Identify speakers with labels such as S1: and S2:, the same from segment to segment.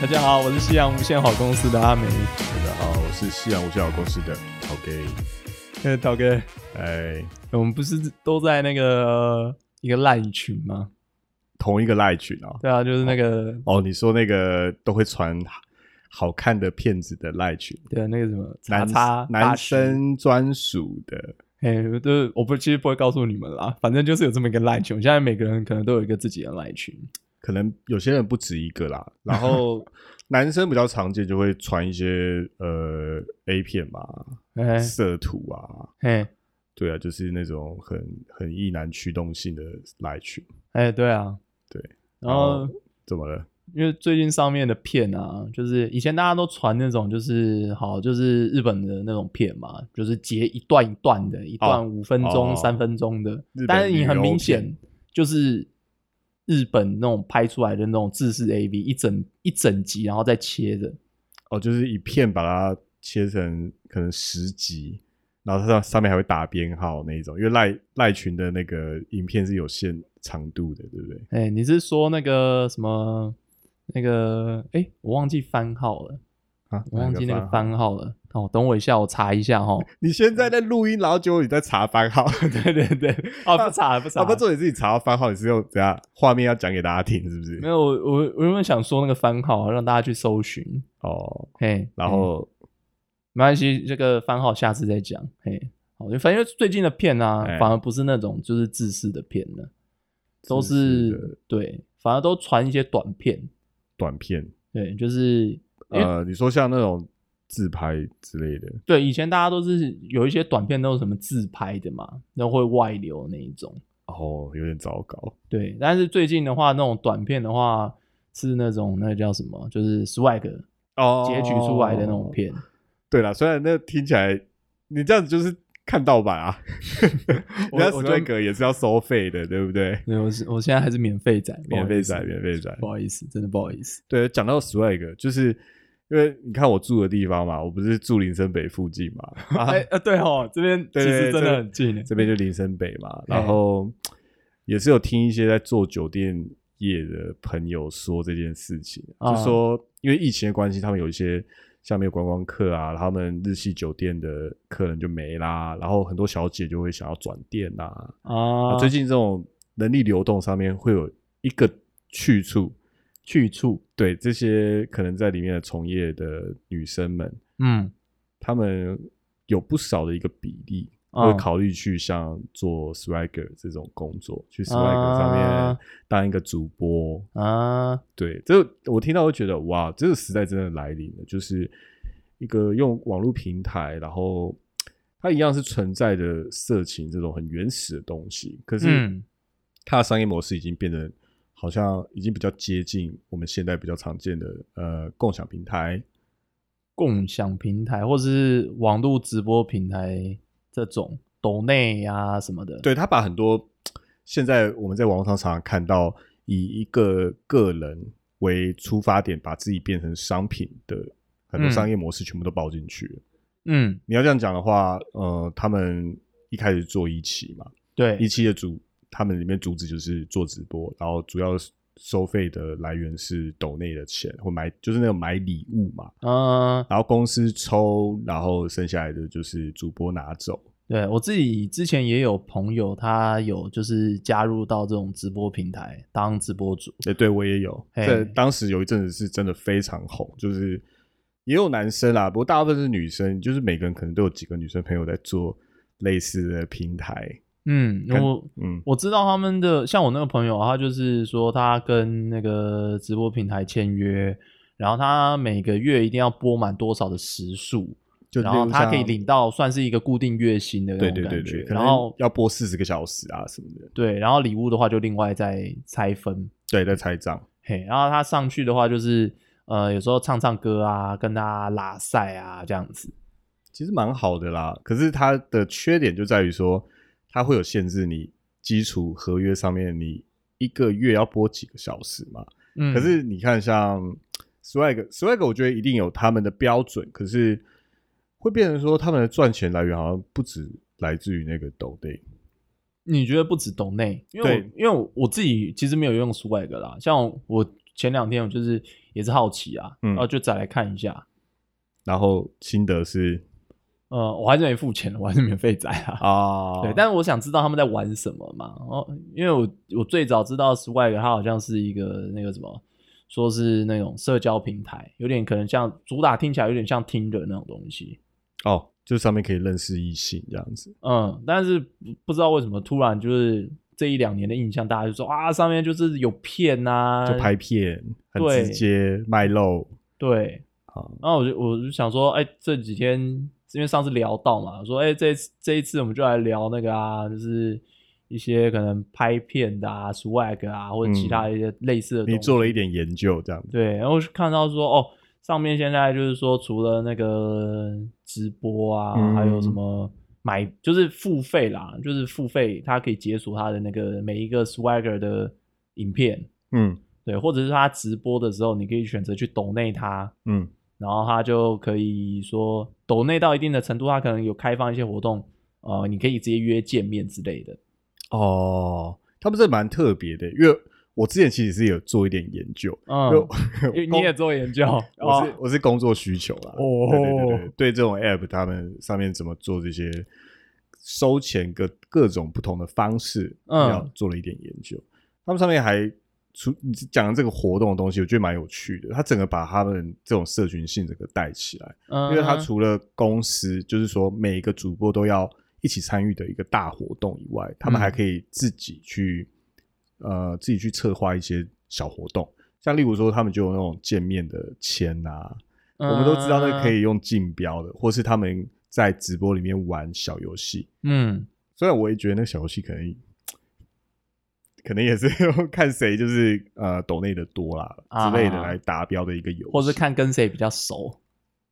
S1: 大家好，我是西洋无限好公司的阿美。
S2: 大家好，我是西洋无线好公司的陶 K。
S1: 呃，涛哥，
S2: 哎，
S1: 我们不是都在那个呃一个烂群吗？
S2: 同一个赖群啊、哦。
S1: 对啊，就是那个，
S2: 哦，你说那个都会传好看的片子的赖群，
S1: 对啊，那个什么叉
S2: 男
S1: 叉大
S2: 男
S1: 师，
S2: 生专属的，
S1: 哎，我就是我不其实不会告诉你们啦，反正就是有这么一个烂群。现在每个人可能都有一个自己的赖群，
S2: 可能有些人不止一个 啦。然后男生比较常见就会传一些呃 A 片嘛、
S1: 哎
S2: 色图啊，
S1: 哎
S2: 对啊，就是那种很很意难驱动性的赖群。
S1: 哎，对啊，
S2: 对，
S1: 然后。
S2: 怎么了？
S1: 因为最近上面的片啊，就是以前大家都传那种，就是好，就是日本的那种片嘛，就是截一段一段的，一段五分钟、
S2: 哦
S1: 三分钟的
S2: 日本，
S1: 但是你很
S2: 旅游
S1: 明
S2: 片
S1: 显就是日本那种拍出来的那种自式 A V，一整一整集然后再切的，
S2: 哦，就是一片把它切成可能十集，然后它上上面还会打编号那一种，因为赖赖群的那个影片是有限长度的，对不对？
S1: 哎、你是说那个什么那个？哎、我忘记番号了，
S2: 啊，
S1: 我忘记那个
S2: 番号。
S1: 番号了。哦，等我一下，我查一下 哈。
S2: 你现在在录音，然后结果你在查番号，
S1: 对对对，哦，不查了，不查
S2: 啊，
S1: 了
S2: 不，做你自己查到番号，你是用怎样画面要讲给大家听，是不是
S1: 没？有，我我我原本想说那个番号，让大家去搜寻，
S2: 哦，
S1: 嘿，
S2: 然
S1: 嘿
S2: 后
S1: 没关系，这个番号下次再讲，嘿，好，反正最近的片啊，
S2: 哎
S1: 反而不是那种就是自私的片了，都
S2: 自私的
S1: 是对，反而都传一些短片，
S2: 短片，
S1: 对，就是因为
S2: 呃，你说像那种自拍之类的，
S1: 对以前大家都是有一些短片都是什么自拍的嘛，然后会外流那一种，
S2: 哦，有点糟糕。
S1: 对，但是最近的话，那种短片的话是那种那个叫什么，就是 swag 截
S2: 哦
S1: 取出来的那种片。
S2: 对啦，虽然那听起来你这样子就是看盗版 啊，
S1: 我
S2: 人家
S1: 我
S2: 史
S1: 就
S2: 瑞格也是要收费的，对不对？哦
S1: 对，我是我现在还是免费仔，不好
S2: 免费
S1: 意思
S2: 仔，免费仔
S1: 不。好意思，真的不好意思。
S2: 对，讲到 swag，就是因为你看我住的地方嘛，我不是住林森北附近嘛，啊
S1: 哎、，呃，对哦，这边其
S2: 对
S1: 实真
S2: 这
S1: 的很近耶，欸
S2: 这边就林森北嘛，
S1: 哎
S2: 然后也是有听一些在做酒店业的朋友说这件事情，
S1: 啊
S2: 就说因为疫情的关系，他们有一些下面有观光客啊，他们日系酒店的客人就没啦，然后很多小姐就会想要转店呐、啊，
S1: 啊，
S2: 最近这种人力流动上面会有一个去处，
S1: 去处，
S2: 对这些可能在里面的从业的女生们，
S1: 嗯，
S2: 她们有不少的一个比例
S1: 嗯
S2: 会考虑去像做 swagger 这种工作，去
S1: 啊
S2: swagger 上面当一个主播。
S1: 啊，
S2: 对，这我听到会觉得哇，这个时代真的来临了，就是一个用网络平台，然后它一样是存在的色情这种很原始的东西，可是
S1: 嗯
S2: 它的商业模式已经变得好像已经比较接近我们现在比较常见的呃共享平台，
S1: 共享平台或者是网络直播平台这种抖内啊什么的，，
S2: 对他把很多现在我们在网络上常常看到以一个个人为出发点，把自己变成商品的很多
S1: 嗯
S2: 商业模式全部都包进去了。
S1: 嗯，
S2: 你要这样讲的话，呃，他们一开始做一期嘛，一
S1: 对，
S2: 期的主他们里面主旨就是做直播，然后主要收费的来源是抖内的钱，或买就是那种买礼物嘛，
S1: 嗯、
S2: 然后公司抽，然后剩下来的就是主播拿走。
S1: 对我自己之前也有朋友，他有就是加入到这种直播平台当直播主，
S2: 对，对我也有。
S1: 嘿
S2: 在当时有一阵子是真的非常红，就是也有男生啦，不过大部分是女生，就是每个人可能都有几个女生朋友在做类似的平台。
S1: 嗯，
S2: 跟
S1: 我
S2: 嗯，
S1: 我知道他们的，像我那个朋友啊，他就是说他跟那个直播平台签约，然后他每个月一定要播满多少的时数，
S2: 就
S1: 然后
S2: 例如
S1: 他
S2: 像
S1: 可以领。到算是一个固定月薪的那
S2: 对
S1: 种
S2: 对对
S1: 感
S2: 对
S1: 觉，，
S2: 可能
S1: 然后
S2: 要播四十个小时啊什么的，
S1: 对，然后礼物的话就另外再拆分，
S2: 对，在拆账。
S1: 嘿，然后他上去的话就是呃有时候唱唱歌啊，跟他拉赛啊这样子，
S2: 其实蛮好的啦，可是它的缺点就在于说，它会有限制你基础合约上面你一个月要播几个小时嘛。
S1: 嗯，
S2: 可是你看像 swag swag，我觉得一定有他们的标准，可是会变成说他们的赚钱来源好像不止来自于那个抖 day，
S1: 你觉得不止抖内？因为我
S2: 对
S1: 因为我我自己其实没有用 Swag 啦，像我前两天我就是也是好奇啊，
S2: 嗯
S1: 然后就再来看一下。
S2: 然后心得是
S1: 呃，我还是没付钱，我还是免费载 啊。
S2: 啊，
S1: 对，但是我想知道他们在玩什么嘛。哦，因为我我最早知道 Swag，它好像是一个那个什么，说是那种社交平台，有点可能像主打听起来有点像听的那种东西。
S2: 哦，就上面可以认识异性这样子，
S1: 嗯，但是不不知道为什么突然就是这一两年的印象，大家就说啊，上面就是有啊骗呐、
S2: 就拍片，很
S1: 对
S2: 直接卖肉
S1: 对。
S2: 啊，
S1: 然后我就我就想说，哎、这几天因为上次聊到嘛，说哎、这一次这一次我们就来聊那个啊，就是一些可能拍片的啊、swag 啊，或者其他一些类似的东西。
S2: 嗯你做了一点研究这样子，
S1: 对，然后就看到说哦，上面现在就是说，除了那个直播啊，
S2: 嗯
S1: 还有什么买，就是付费啦，就是付费，它可以解锁它的那个每一个 Swagger 的影片，
S2: 嗯
S1: 对，或者是它直播的时候，你可以选择去抖内它，
S2: 嗯
S1: 然后它就可以说抖内到一定的程度，它可能有开放一些活动，呃，你可以直接约见面之类的。
S2: 哦，他们这蛮特别的，因为我之前其实是有做一点研究，
S1: 嗯
S2: 因为，我
S1: 因为你也做研究，
S2: 我是
S1: 哦
S2: 我是工作需求啦，
S1: 哦
S2: 对对对对，对这种 app 他们上面怎么做这些收钱各各种不同的方式，
S1: 嗯
S2: 要做了一点研究。他们上面还出你讲的这个活动的东西，我觉得蛮有趣的。他整个把他们这种社群性整个带起来，
S1: 嗯，
S2: 因为他除了公司，就是说每一个主播都要一起参与的一个大活动以外，他
S1: 嗯
S2: 们还可以自己去、呃自己去策划一些小活动，像例如说他们就有那种见面的签啊，
S1: 嗯
S2: 我们都知道那可以用竞标的，或是他们在直播里面玩小游戏。
S1: 嗯，嗯，
S2: 虽然我也觉得那个小游戏可能。可能也是 看谁就是呃抖内的多啦
S1: 啊
S2: 之类的来达标的一个游戏，
S1: 或是看跟谁比较熟。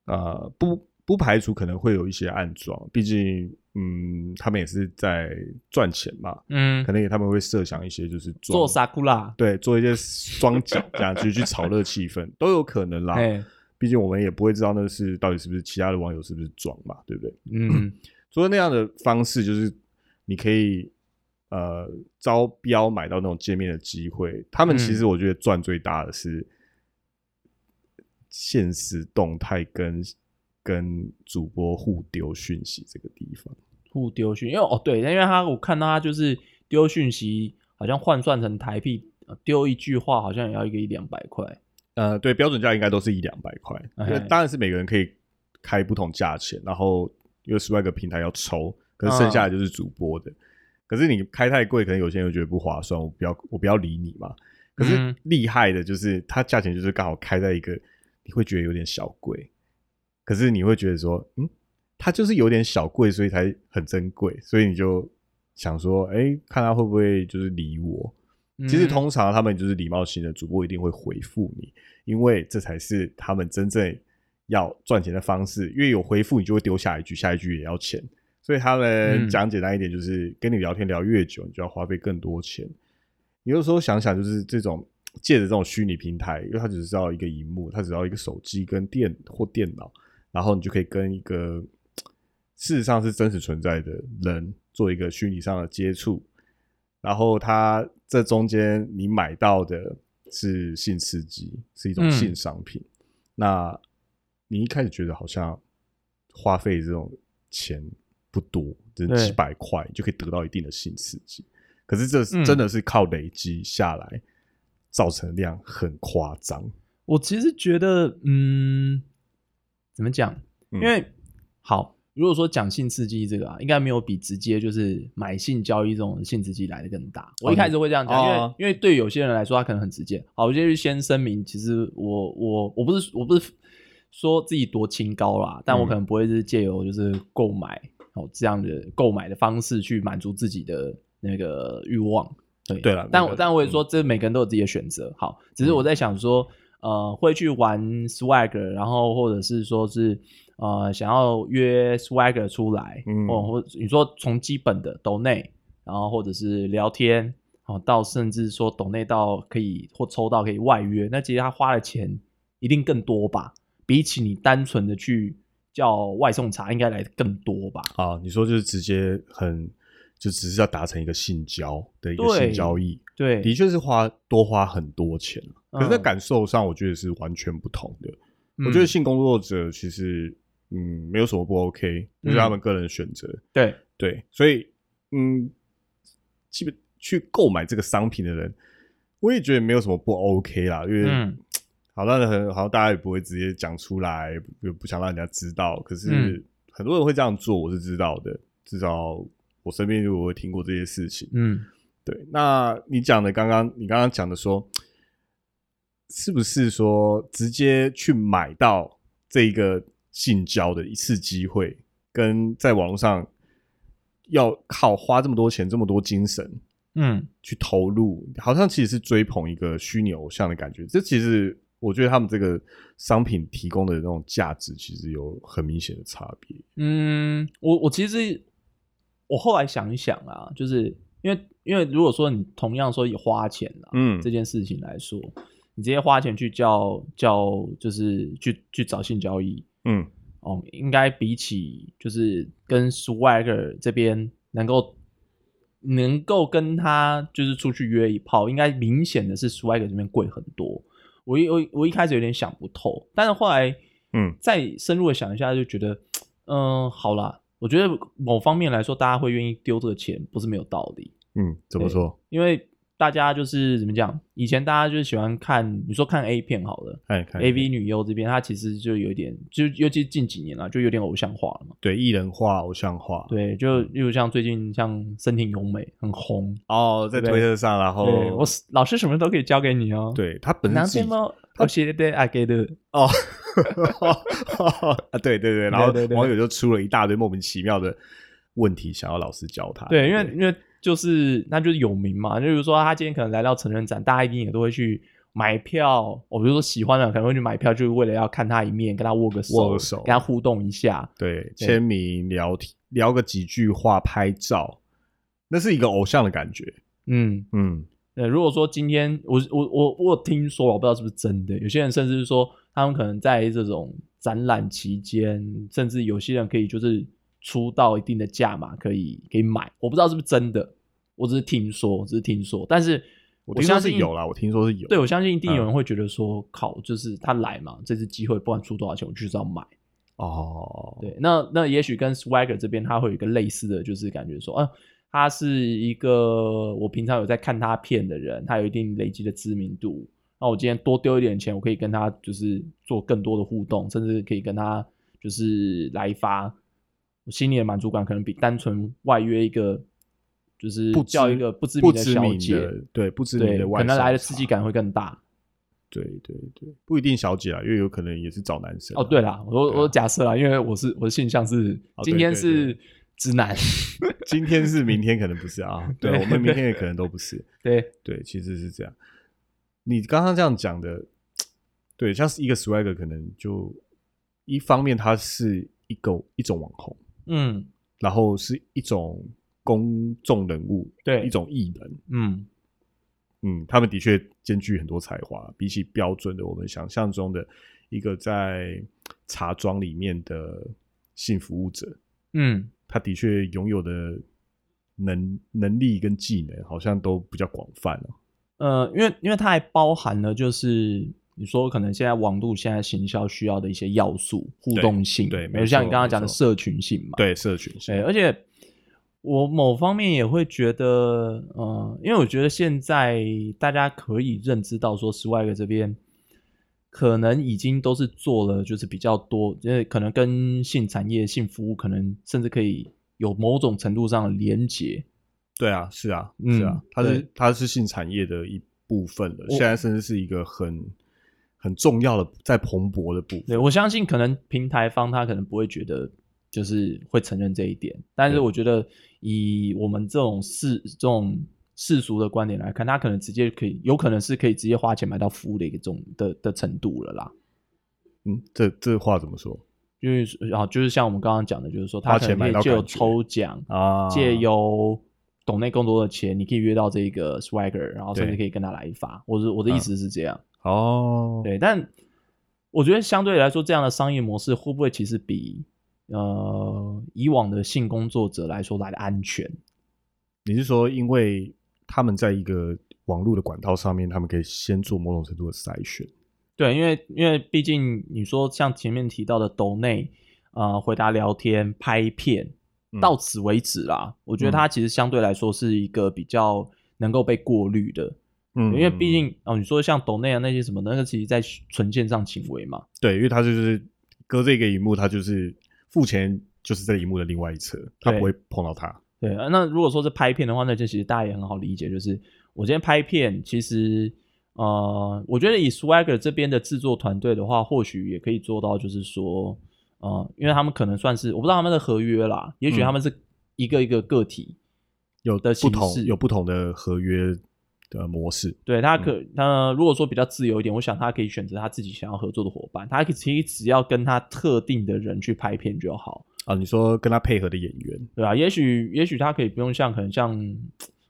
S2: 呃，不不排除可能会有一些暗装，毕竟嗯，他们也是在赚钱嘛，
S1: 嗯
S2: 可，能也他们会设想一些就是
S1: 做
S2: 装
S1: 萨库拉，
S2: 对做一些双脚这样去去炒热气氛都有可能 啦。
S1: 哎，
S2: 毕竟我们也不会知道那是到底是不是其他的网友是不是装嘛，对不对？
S1: 嗯
S2: 除了那样的方式，就是你可以呃招标买到那种见面的机会。他们
S1: 嗯
S2: 其实我觉得赚最大的是现实动态跟跟主播互丢讯息这个地方。
S1: 互丢讯，因为哦对，因为他我看到他就是丢讯息，好像换算成台币，呃丢一句话好像也要一个一两百块。
S2: 呃，对，标准价应该都是一两百块，
S1: 哎
S2: 因为当然是每个人可以开不同价钱，然后因为 Swag 平台要抽，可
S1: 嗯
S2: 是剩下的就是主播的。可是你开太贵，可能有些人会觉得不划算，我不要，我不要理你嘛。可是
S1: 嗯
S2: 厉害的就是它价钱就是刚好开在一个你会觉得有点小贵，可是你会觉得说，嗯，它就是有点小贵，所以才很珍贵，所以你就想说，哎、看他会不会就是理我。其实
S1: 嗯
S2: 通常他们就是礼貌型的主播一定会回复你，因为这才是他们真正要赚钱的方式。因为有回复，你就会丢下一句，下一句也要钱。所以他们
S1: 嗯
S2: 讲简单一点，就是跟你聊天聊越久，你就要花费更多钱。有的时候想想，就是这种借着这种虚拟平台，因为它只是要一个荧幕，它只要一个手机跟电或电脑，然后你就可以跟一个事实上是真实存在的人做一个虚拟上的接触，然后他这中间你买到的是性刺激，是一种
S1: 嗯
S2: 性商品。那你一开始觉得好像花费这种钱不多，就是
S1: 对
S2: 几百块就可以得到一定的性刺激，可是这
S1: 嗯
S2: 真的是靠累积下来，造成量很夸张。
S1: 我其实觉得，嗯，怎么讲？
S2: 嗯
S1: 因为、好，如果说讲性刺激这个啊，应该没有比直接就是买性交易这种性刺激来的更大。我一开始会这样讲，
S2: 哦
S1: 因为、
S2: 哦
S1: 因为对有些人来说，他可能很直接。好，我先先声明，其实我我我不是我不是说自己多清高啦，但我
S2: 嗯
S1: 可能不会是借由就是购买哦这样的购买的方式去满足自己的那个欲望。对
S2: 对啦嗯
S1: 但
S2: 每个人
S1: 但我也说，这每个人都有自己的选择。好，只是我在想说，呃，会去玩 Swagger，然后或者是说是呃，想要约 Swagger 出来，
S2: 嗯
S1: 哦，或你说从基本的抖内，然后或者是聊天，哦，到甚至说抖内到可以或抽到可以外约，那其实他花的钱一定更多吧？比起你单纯的去叫外送茶，应该来得更多吧？
S2: 啊，你说就是直接很，就只是要达成一个性交的一个
S1: 对
S2: 性交易，
S1: 对，
S2: 的确是花多花很多钱。啊可是那
S1: 嗯
S2: 感受上，我觉得是完全不同的。我觉得
S1: 嗯
S2: 性工作者其实嗯没有什么不 OK，就是
S1: 嗯
S2: 他们个人的选择。
S1: 对，
S2: 对，所以嗯，基本去购买这个商品的人，我也觉得没有什么不 OK 啦，因为、
S1: 嗯
S2: 好像很好像大家也不会直接讲出来，也不想让人家知道。可是
S1: 嗯
S2: 很多人会这样做，我是知道的，至少我身边如果听过这些事情。
S1: 嗯
S2: 对，那你讲的刚刚，你刚刚讲的说，是不是说直接去买到这一个性交的一次机会，跟在网络上要靠花这么多钱、这么多精神
S1: 嗯，
S2: 去投入，好像其实是追捧一个虚拟偶像的感觉。这其实我觉得他们这个商品提供的那种价值，其实有很明显的差别。
S1: 嗯，我我其实我后来想一想啊，就是因为因为如果说你同样说以花钱啊、
S2: 嗯
S1: 这件事情来说，你直接花钱去叫叫就是去去找性交易
S2: 嗯
S1: 哦，应该比起就是跟 Swagger 这边能够能够跟他就是出去约一炮，应该明显的是 Swagger 这边贵很多。我一我一我一开始有点想不透，但是后来
S2: 嗯
S1: 再深入的想一下，就觉得，嗯、好啦，我觉得某方面来说，大家会愿意丢这个钱，不是没有道理，
S2: 嗯，怎么说？
S1: 因为大家就是怎么讲，以前大家就是喜欢看，你说看 A 片好了
S2: 看看
S1: ，A V 女优这边，她其实就有一点，就尤其近几年啦，就有点偶像化了嘛。
S2: 对艺人化、偶像化，
S1: 对，就
S2: 嗯
S1: 例如像最近像森田咏美很红，
S2: 哦，在
S1: 对
S2: 推特上，然后
S1: 对我老师什么都可以教给你哦。，
S2: 对他本身
S1: 男
S2: 自
S1: 生
S2: 己
S1: 吗？我哦写的爱给的，
S2: 哦， 啊，对对对，然后
S1: 对对对
S2: 网友就出了一大堆莫名其妙的问题，想要老师教他。
S1: 对，因为因为就是那就是有名嘛，就比如说他今天可能来到成人展，大家一定也都会去买票。我比如说喜欢的可能会去买票，就是为了要看他一面，跟他握个手，
S2: 握个手
S1: 跟他互动一下。
S2: 对签名聊天聊个几句话，拍照，那是一个偶像的感觉。
S1: 嗯，
S2: 嗯，
S1: 对。如果说今天我我我我有听说，我不知道是不是真的，有些人甚至是说他们可能在这种展览期间，甚至有些人可以就是出到一定的价码可以可以买，我不知道是不是真的，我只是听说，我只是听说，但是。
S2: 我听说是
S1: 相信
S2: 有啦，我听嗯说是有。
S1: 对，我相信一定有人会觉得说，靠，就是他来嘛，这次机会不管出多少钱，我就是要买。
S2: 哦，
S1: 对，那那也许跟 Swagger 这边他会有一个类似的，就是感觉说，嗯、他是一个我平常有在看他片的人，他有一定累积的知名度。那我今天多丢一点钱，我可以跟他就是做更多的互动，甚至可以跟他就是来一发，我心里的满足感可能比单纯外约一个就是
S2: 不
S1: 叫
S2: 知
S1: 一个不知
S2: 不
S1: 名的
S2: 知
S1: 小
S2: 名
S1: 姐，
S2: 的，对不知名
S1: 对，
S2: 的外，
S1: 可能来的刺激。感会更大。
S2: 对对对，不一定小姐啊，因为有可能也是找男生啊。
S1: 哦，对啦，我
S2: 对啊
S1: 我假设啦，因为我是我的现象是
S2: 哦
S1: 今天
S2: 对对
S1: 是直 男，
S2: 今天是，明天可能不 是啊。对，
S1: 对
S2: 我们明天也可能都不是。
S1: 对，
S2: 对，其实是这样。你刚刚这样讲的，对，像是一个 swagger，可能就一方面它是一个一种网红，
S1: 嗯
S2: 然后是一种公众人物，
S1: 对
S2: 一种艺人，
S1: 嗯
S2: 嗯，他们的确兼具很多才华，比起标准的我们想象中的一个在茶庄里面的性服务者，
S1: 嗯，
S2: 他的确拥有的能能力跟技能，好像都比较广泛了、
S1: 呃，因为因为它还包含了就是你说可能现在网络现在行销需要的一些要素，互
S2: 对
S1: 动性，
S2: 对
S1: 比
S2: 没
S1: 如像你
S2: 错
S1: 刚刚
S2: 没
S1: 讲的
S2: 错
S1: 社群性嘛，
S2: 对，社群性
S1: 对，而且我某方面也会觉得，呃，因为我觉得现在大家可以认知到说，Swag 这边可能已经都是做了，就是比较多，因为可能跟性产业、性服务可能甚至可以有某种程度上的连接。
S2: 对啊，是啊，
S1: 嗯
S2: 是啊，它是
S1: 对
S2: 它是性产业的一部分了，
S1: 我
S2: 现在甚至是一个很很重要的在蓬勃的部分。
S1: 对我相信，可能平台方他可能不会觉得。就是会承认这一点，但是
S2: 对
S1: 我觉得以我们这种世这种世俗的观点来看，他可能直接可以，有可能是可以直接花钱买到服务的一个这种的的程度了啦。
S2: 嗯，这这话怎么说
S1: 就是然后就是像我们刚刚讲的，就是说他
S2: 花
S1: 可
S2: 钱
S1: 能可
S2: 买
S1: 以
S2: 到
S1: 借由
S2: 感觉
S1: 抽奖，
S2: 啊
S1: 借由懂内更多的钱，你可以约到这个 swagger，然后甚至
S2: 对嗯
S1: 可以跟他来一发。我是我的意思是这样，
S2: 哦，
S1: 对，但我觉得相对来说，这样的商业模式会不会其实比呃以往的性工作者来说来的安全？
S2: 你是说因为他们在一个网络的管道上面，他们可以先做某种程度的筛选。
S1: 对，因为因为毕竟你说像前面提到的抖内，呃，回答聊天、拍片，
S2: 嗯
S1: 到此为止啦。我觉得它其实相对来说是一个比较能够被过滤的，
S2: 嗯
S1: 因为毕竟哦，你说像抖内啊那些什么，那个其实在纯线上行为嘛。
S2: 对，因为它就是隔这个荧幕，它就是付钱就是在荧幕的另外一侧，它
S1: 对
S2: 不会碰到它。
S1: 对，呃那如果说是拍片的话，那就其实大家也很好理解，就是我今天拍片，其实呃，我觉得以 Swagger 这边的制作团队的话，或许也可以做到，就是说，呃，因为他们可能算是我不知道他们的合约啦，也许
S2: 嗯
S1: 他们是一个一个个体，
S2: 有
S1: 的
S2: 不
S1: 形
S2: 同
S1: 式
S2: 有不同的合约的模式。
S1: 对他可他如果说比较自由一点，我想他可以选择他自己想要合作的伙伴，他可以其实只要跟他特定的人去拍片就好。
S2: 啊，你说跟他配合的演员，
S1: 对啊，也许也许他可以不用像可能像，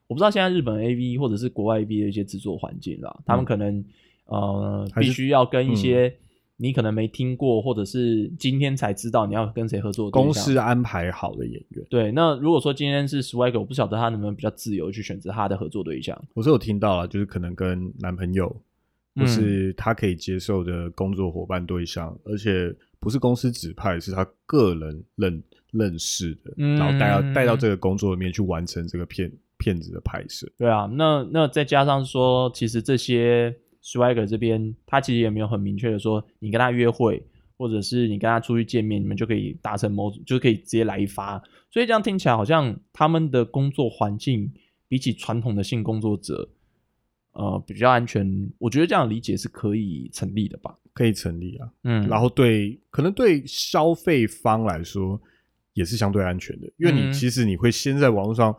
S1: 我不知道现在日本 A V 或者是国外 A V 的一些制作环境啦，他们可能、呃
S2: 嗯还
S1: 必
S2: 是嗯
S1: 须要跟一些你可能没听过，或者是今天才知道你要跟谁合作的对
S2: 公
S1: 象
S2: 司啊安排好的演员，
S1: 对，那如果说今天是 Swag，我不晓得他能不能比较自由去选择他的合作对象。
S2: 我是有听到啊，就是可能跟男朋友，或
S1: 嗯
S2: 是他可以接受的工作伙伴对象，而且不是公司指派，是他个人认认识的，
S1: 嗯
S2: 然后带到带到这个工作里面去完成这个片片子的拍摄。
S1: 对啊，那那再加上说，其实这些 Swagger 这边，他其实也没有很明确的说，你跟他约会，或者是你跟他出去见面，你们就可以达成某，就可以直接来一发。所以这样听起来，好像他们的工作环境比起传统的性工作者，呃，比较安全。我觉得这样的理解是可以成立的吧？
S2: 可以成立啊，
S1: 嗯
S2: 然后对可能对消费方来说也是相对安全的，因为你
S1: 嗯
S2: 其实你会先在网络上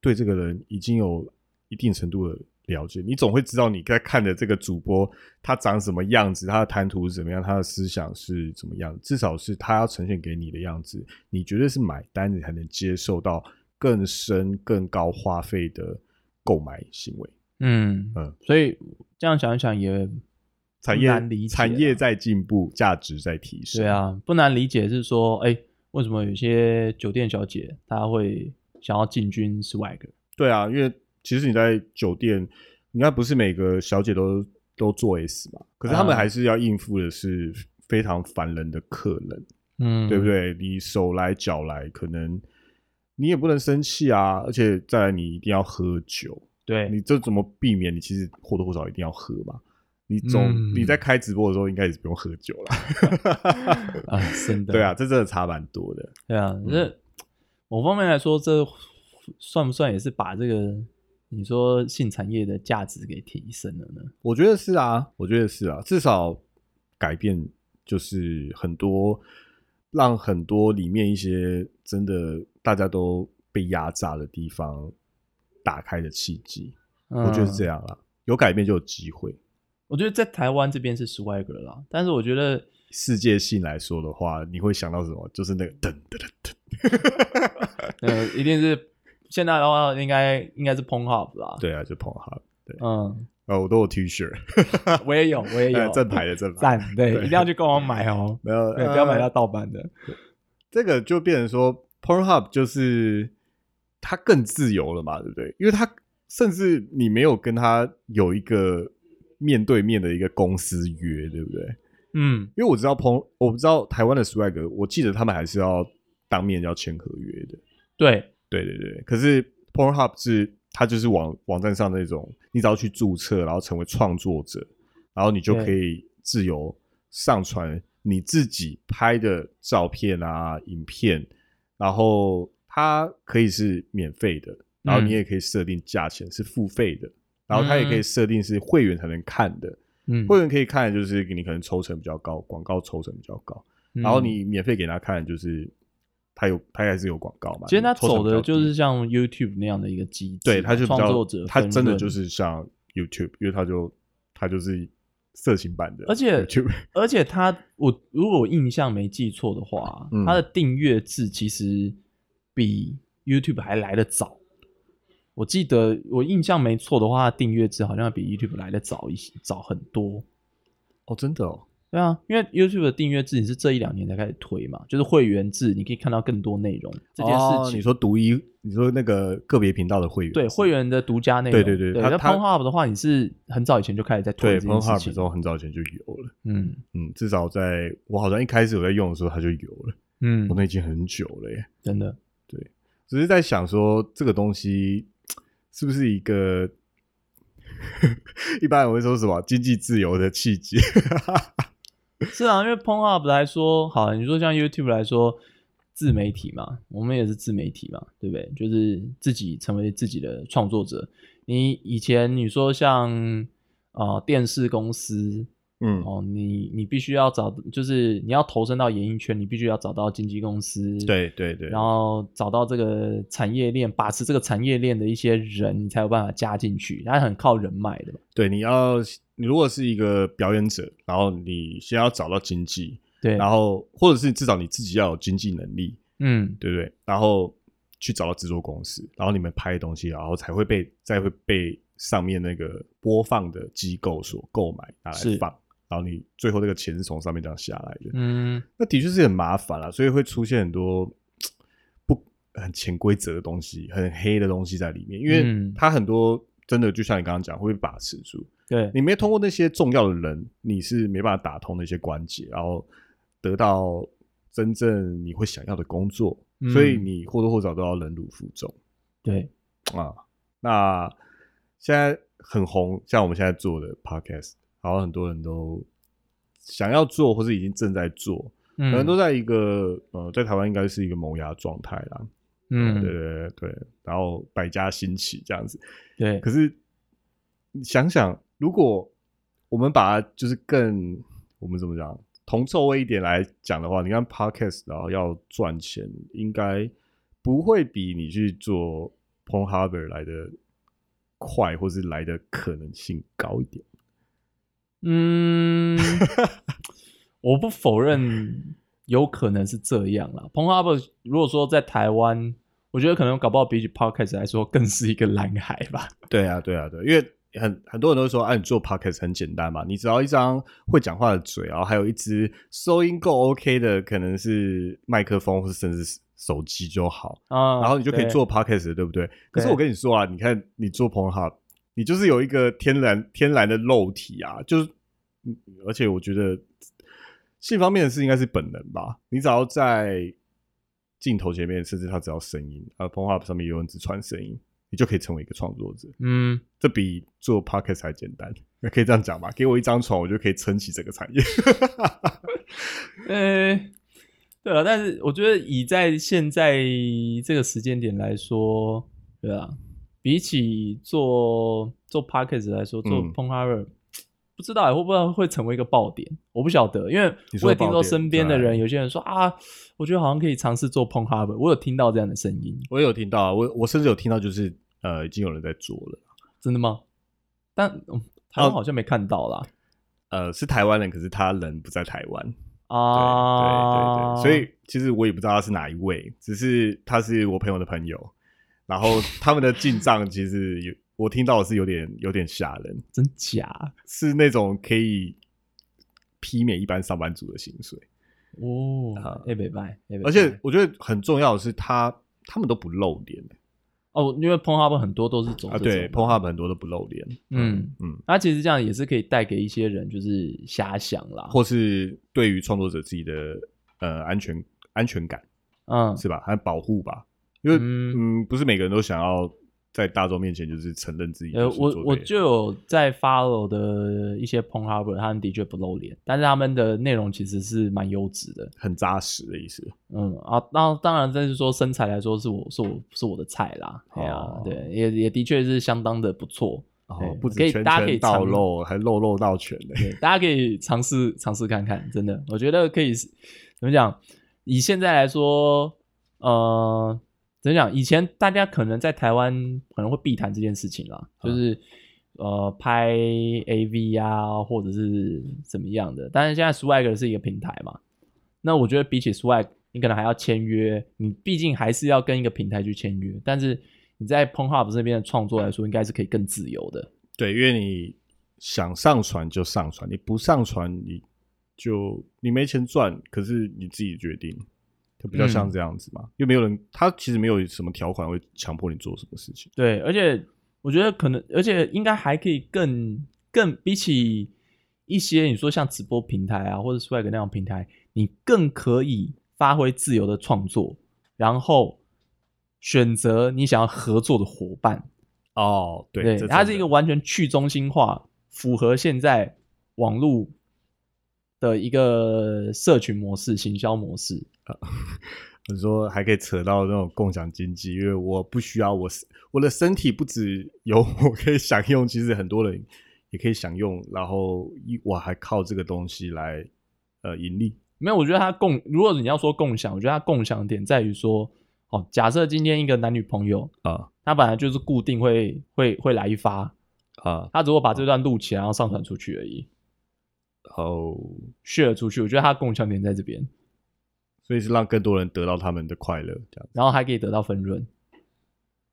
S2: 对这个人已经有一定程度的了解，你总会知道你在看的这个主播他长什么样子，他的谈吐是怎么样，他的思想是怎么样，至少是他要呈现给你的样子，你绝对是买单，你才能接受到更深、更高花费的购买行为。
S1: 嗯
S2: 嗯
S1: 所以这样想一想也
S2: 产
S1: 不
S2: 业
S1: 难理解啊
S2: 产
S1: 啦
S2: 业在进步，价值在提升。
S1: 对啊，不难理解是说，哎、为什么有些酒店小姐她会想要进军 swag？
S2: 对啊，因为其实你在酒店，应该不是每个小姐都都做 S 嘛，可是他们
S1: 啊
S2: 还是要应付的是非常烦人的客人，
S1: 嗯
S2: 对不？对？你手来脚来，可能你也不能生气啊，而且再来你一定要喝酒，
S1: 对，
S2: 你这怎么避免？你其实或多或少一定要喝嘛。你总、
S1: 嗯
S2: 你在开直播的时候，应该也是不用喝酒啦。
S1: 啊，真的，
S2: 对啊，，嗯这真的差蛮多的。
S1: 对啊，这某方面来说，这算不算也是把这个你说性产业的价值给提升了呢？
S2: 我觉得是啊，我觉得是啊，至少改变就是很多，让很多里面一些真的大家都被压榨的地方打开的契机，我觉得是这
S1: 样。
S2: 样啦。有改变就有机会。
S1: 嗯我觉得在台湾这边是 swag 啦，但是我觉得
S2: 世界性来说的话，你会想到什么？就是那个噔噔噔噔，
S1: 呃，一定是现在的话，应该应该是 p o n h u b 啦。，
S2: 对啊，就碰哈。
S1: 嗯，
S2: 呃，我都有 T 恤，哎
S1: 我也有，我也 有
S2: 呃正牌的正牌。
S1: 赞，对，
S2: 对
S1: 一定要去官网买哦，
S2: 没有，
S1: 对，不要买
S2: 呃
S1: 到盗版的。
S2: 这个就变成说，Pornhub 就是它更自由了嘛，对不对？因为它甚至你没有跟它有一个面对面的一个公司约，对不对？
S1: 嗯，
S2: 因为我知道 Porn，我不知道台湾的 Swag，我记得他们还是要当面要签合约的。
S1: 对，
S2: 对对对，可是 Pornhub 是它就是网网站上那种，你只要去注册，然后成为创作者，然后你就
S1: 对
S2: 可以自由上传你自己拍的照片啊、影片，然后它可以是免费的，然
S1: 嗯
S2: 后你也可以设定价钱是付费的，然后它也可以设定是会员才能看的，
S1: 嗯，
S2: 会员可以看的就是你可能抽成比较高，广告抽成比较高，
S1: 嗯
S2: 然后你免费给他看就是。它有，它还是有广告嘛？
S1: 其实他
S2: 抽成
S1: 走
S2: 比较
S1: 的就
S2: 低
S1: 是像 YouTube 那样的一个机制，
S2: 对，他就比较
S1: 创作者，
S2: 他真的就，是像 YouTube，因为他就他就是色情版的 YouTube，
S1: 而且而且他我如果我印象没记错的话，
S2: 嗯
S1: 他的订阅制其实比 YouTube 还来得早。我记得我印象没错的话，它订阅制好像比 YouTube 来得早一些，早很多。
S2: 哦，真的哦，
S1: 对啊，因为 YouTube 的订阅制你是这一两年才开始推嘛，就是会员制，你可以看到更多内容。这件事
S2: 哦
S1: 情，
S2: 你说独一，你说那个个别频道的会员，
S1: 对会员的独家内容，
S2: 对对对他
S1: 那
S2: 他
S1: Pornhub 的话，你是很早以前就开始在推
S2: 对
S1: 这
S2: p o
S1: 件
S2: n h u
S1: 事
S2: b
S1: 情
S2: 之。后很早以前就有了，
S1: 嗯
S2: 嗯，至少在我好像一开始我在用的时候它就有了，
S1: 嗯
S2: 我，那已经很久了耶。
S1: 真的，
S2: 只是在想说这个东西是不是一个 一般人会说什么经济自由的契机？
S1: 是啊，因为 Pornhub 来说，好，你说像 YouTube 来说，自媒体嘛，我们也是自媒体嘛，对不对？就是自己成为自己的创作者。你以前你说像呃电视公司
S2: 嗯，
S1: 哦，你你必须要找，就是你要投身到演艺圈，你必须要找到经纪公司，，
S2: 对对对，
S1: 然后找到这个产业链，把持这个产业链的一些人，你才有办法加进去，它很靠人脉的嘛，
S2: 对你要你如果是一个表演者，然后你先要找到经济，
S1: 对，
S2: 然后或者是至少你自己要有经济能力，
S1: 嗯，
S2: 对不对？然后去找到制作公司，然后你们拍的东西，然后才会被再会被上面那个播放的机构所购买拿来
S1: 是
S2: 放，然后你最后这个钱是从上面这样下来的，
S1: 嗯，
S2: 那的确是很麻烦啦，所以会出现很多不很潜规则的东西，很黑的东西在里面，因为
S1: 嗯
S2: 它很多真的就像你刚刚讲会被把持住，
S1: 对，
S2: 你没通过那些重要的人，你是没办法打通那些关节，然后得到真正你会想要的工作，
S1: 嗯
S2: 所以你或多或少都要忍辱负重
S1: 对，
S2: 啊。那现在很红，像我们现在做的 podcast，好像很多人都想要做，或是已经正在做，
S1: 嗯，
S2: 可能都在一个呃，在台湾应该是一个萌芽状态啦。
S1: 嗯，
S2: 对对对对，然后百家兴起这样子。
S1: 对，
S2: 可是你想想，如果我们把它就是更我们怎么讲同臭味一点来讲的话，你看 podcast 然后要赚钱，应该不会比你去做 p o n h a b e r 来的快，或是来的可能性高一点。
S1: 嗯，我不否认有可能是这样啦。Pornhub 如果说在台湾，我觉得可能搞不好比起 Podcast 来说，更是一个蓝海吧。
S2: 对啊，对啊，对，因为很很多人都说，啊，你做 podcast 很简单嘛，你只要一张会讲话的嘴，然后还有一支收音够 OK 的，可能是麦克风或是甚至是手机就好，
S1: 啊、
S2: 然后你就可以
S1: 对
S2: 做 podcast，了对不对？可是我跟你说啊，你看你做 p o n h u b 你就是有一个天然天然的肉体啊，就是，嗯而且我觉得性方面的事应该是本能吧，你只要在镜头前面，甚至它只要声音，啊 p o n h u b 上面有人只传声音，你就可以成为一个创作者。
S1: 嗯，
S2: 这比做 podcast 还简单，可以这样讲吧？给我一张床，我就可以撑起整个产业。
S1: 呃、对了，但是我觉得以在现在这个时间点来说，对啊，比起做做 Podcast 来说，做
S2: 嗯
S1: Pornhub、不知道欸会不会会成为一个爆点，我不晓得，因为
S2: 你说
S1: 我也听
S2: 爆
S1: 说
S2: 点
S1: 身边的
S2: 在
S1: 人，有些人说啊，我觉得好像可以尝试做 Pornhub，我有听到这样的声音，
S2: 我有听到啊，我我甚至有听到，就是呃，已经有人在做了，
S1: 真的吗？但、嗯、台
S2: 哦
S1: 湾好像没看到啦。
S2: 呃，是台湾人，可是他人不在台湾。
S1: 啊，
S2: 对对对对，所以其实我也不知道他是哪一位，只是他是我朋友的朋友，然后他们的进账其实有我听到的是有点有点吓人，
S1: 真假，
S2: 是那种可以媲美一般上班族的薪水。
S1: 哦
S2: 啊，
S1: 哎，北拜，哎
S2: 而且我觉得很重要的是他，他们都不露脸
S1: 哦，因为 Pornhub 很多都是走
S2: 啊，
S1: 这
S2: 对
S1: 种的
S2: ，POHUB 很多都不露脸，
S1: 嗯
S2: 嗯，
S1: 那其实这样也是可以带给一些人就是遐想啦，
S2: 或是对于创作者自己的呃安全安全感
S1: 嗯，
S2: 是吧？还有保护吧，因为
S1: 嗯
S2: 嗯不是每个人都想要在大众面前就是承认自己
S1: 呃，
S2: 就是
S1: 我
S2: 做
S1: 我
S2: 这些
S1: 就有在 follow 的一些 Pornhub，他们的确不露脸，但是他们的内容其实是蛮优质的，
S2: 很扎实的意思，
S1: 嗯啊，那当然，这是说身材来说是我是我是我的菜啦，哎呀、
S2: 哦
S1: 对，也也的确是相当的不错，
S2: 然
S1: 对
S2: 后不止
S1: 哦可以
S2: 拳
S1: 大家可以
S2: 拳到
S1: 尝
S2: 肉，还肉肉到拳呢。
S1: 对，大家可以尝试尝试看看，真的，我觉得可以是怎么讲？以现在来说，呃，怎么讲？以前大家可能在台湾可能会避谈这件事情啦，就是、呃拍 AV 啊，或者是怎么样的。但是现在 Swag 是一个平台嘛，那我觉得比起 Swag，你可能还要签约，你毕竟还是要跟一个平台去签约，但是。你在 Pornhub 这边的创作来说，应该是可以更自由的。
S2: 对，因为你想上传就上传，你不上传你就你没钱赚，可是你自己决定，就比较
S1: 嗯
S2: 像这样子嘛。又没有人，他其实没有什么条款会强迫你做什么事情。
S1: 对，而且我觉得可能，而且应该还可以更更比起一些你说像直播平台啊，或者 Swag 那样平台，你更可以发挥自由的创作，然后选择你想要合作的伙伴。
S2: 哦，
S1: 对，它是一个完全去中心化，符合现在网络的一个社群模式、行销模式。
S2: 你说还可以扯到那种共享经济，因为我不需要我我的身体不只有 我可以享用，其实很多人也可以享用，然后一我还靠这个东西来呃盈利。
S1: 没有，我觉得它共，如果你要说共享，我觉得它共享的点在于说，哦，假设今天一个男女朋友
S2: 啊，
S1: 他本来就是固定会会会来一发，
S2: 啊，
S1: 他只不过把这段录起来，然后上传出去而已
S2: 哦，
S1: ，share 出去。我觉得它共享点在这边，
S2: 所以是让更多人得到他们的快乐，这样
S1: 然后还可以得到分润。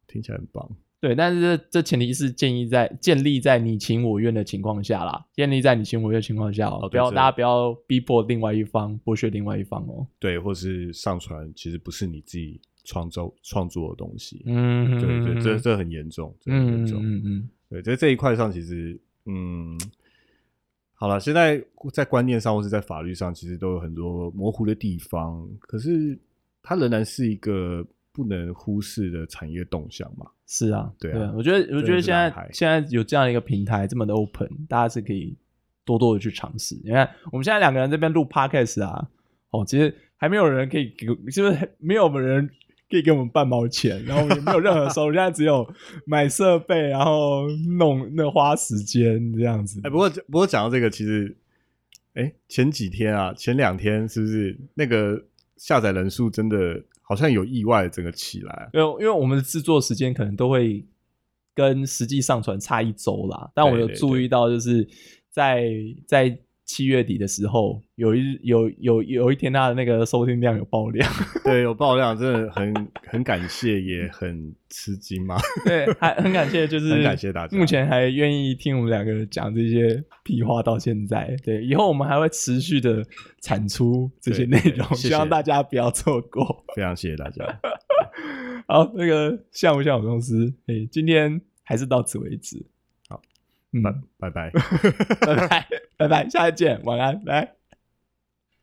S2: 听起来很棒。
S1: 对，但是这这前提是建议在建立在你情我愿的情况下啦，建立在你情我愿的情况下、哦，
S2: 哦对
S1: 不要
S2: 这
S1: 大家不要逼迫另外一方剥削另外一方哦。
S2: 对，或是上传其实不是你自己创造创作的东西。
S1: 嗯，
S2: 对对，这这很严重，这很
S1: 嗯
S2: 严
S1: 嗯
S2: 重。
S1: 嗯嗯，
S2: 对，在这一块上，其实嗯，好了，现在在观念上或是在法律上，其实都有很多模糊的地方，可是它仍然是一个不能忽视的产业动向嘛。
S1: 是啊，
S2: 对啊
S1: 我觉得我觉得
S2: 真的是
S1: 现在
S2: 蓝海
S1: 现在有这样一个平台这么的 open，大家是可以多多的去尝试。你看我们现在两个人这边录 podcast 啊，哦，其实还没有人可以给，就是没有人。可以给我们半毛钱，然后我们也没有任何收入，现在 只有买设备，然后弄那花时间这样子。
S2: 哎、不过不过讲到这个，其实哎、前几天啊，前两天是不是那个下载人数真的好像有意外整个起来？啊
S1: 因为因为我们的制作时间可能都会跟实际上传差一周啦，但我有
S2: 对对
S1: 注意到，就是在在七月底的时候，有一有有有一天它的那个收听量有爆量，
S2: 对，有爆量，真的很很感谢，也很吃惊嘛。
S1: 对，还很感谢，就是
S2: 很感谢大家
S1: 目前还愿意听我们两个讲这些屁话到现在，对，以后我们还会持续的产出这些内
S2: 对对
S1: 容，
S2: 谢谢
S1: 希望大家不要错过。
S2: 非常谢谢 大家。
S1: 好，那个像不像我公司？诶、今天还是到此为止。
S2: 好，
S1: 嗯，
S2: 拜拜 拜。
S1: 拜拜，拜拜，下次见，晚安，拜。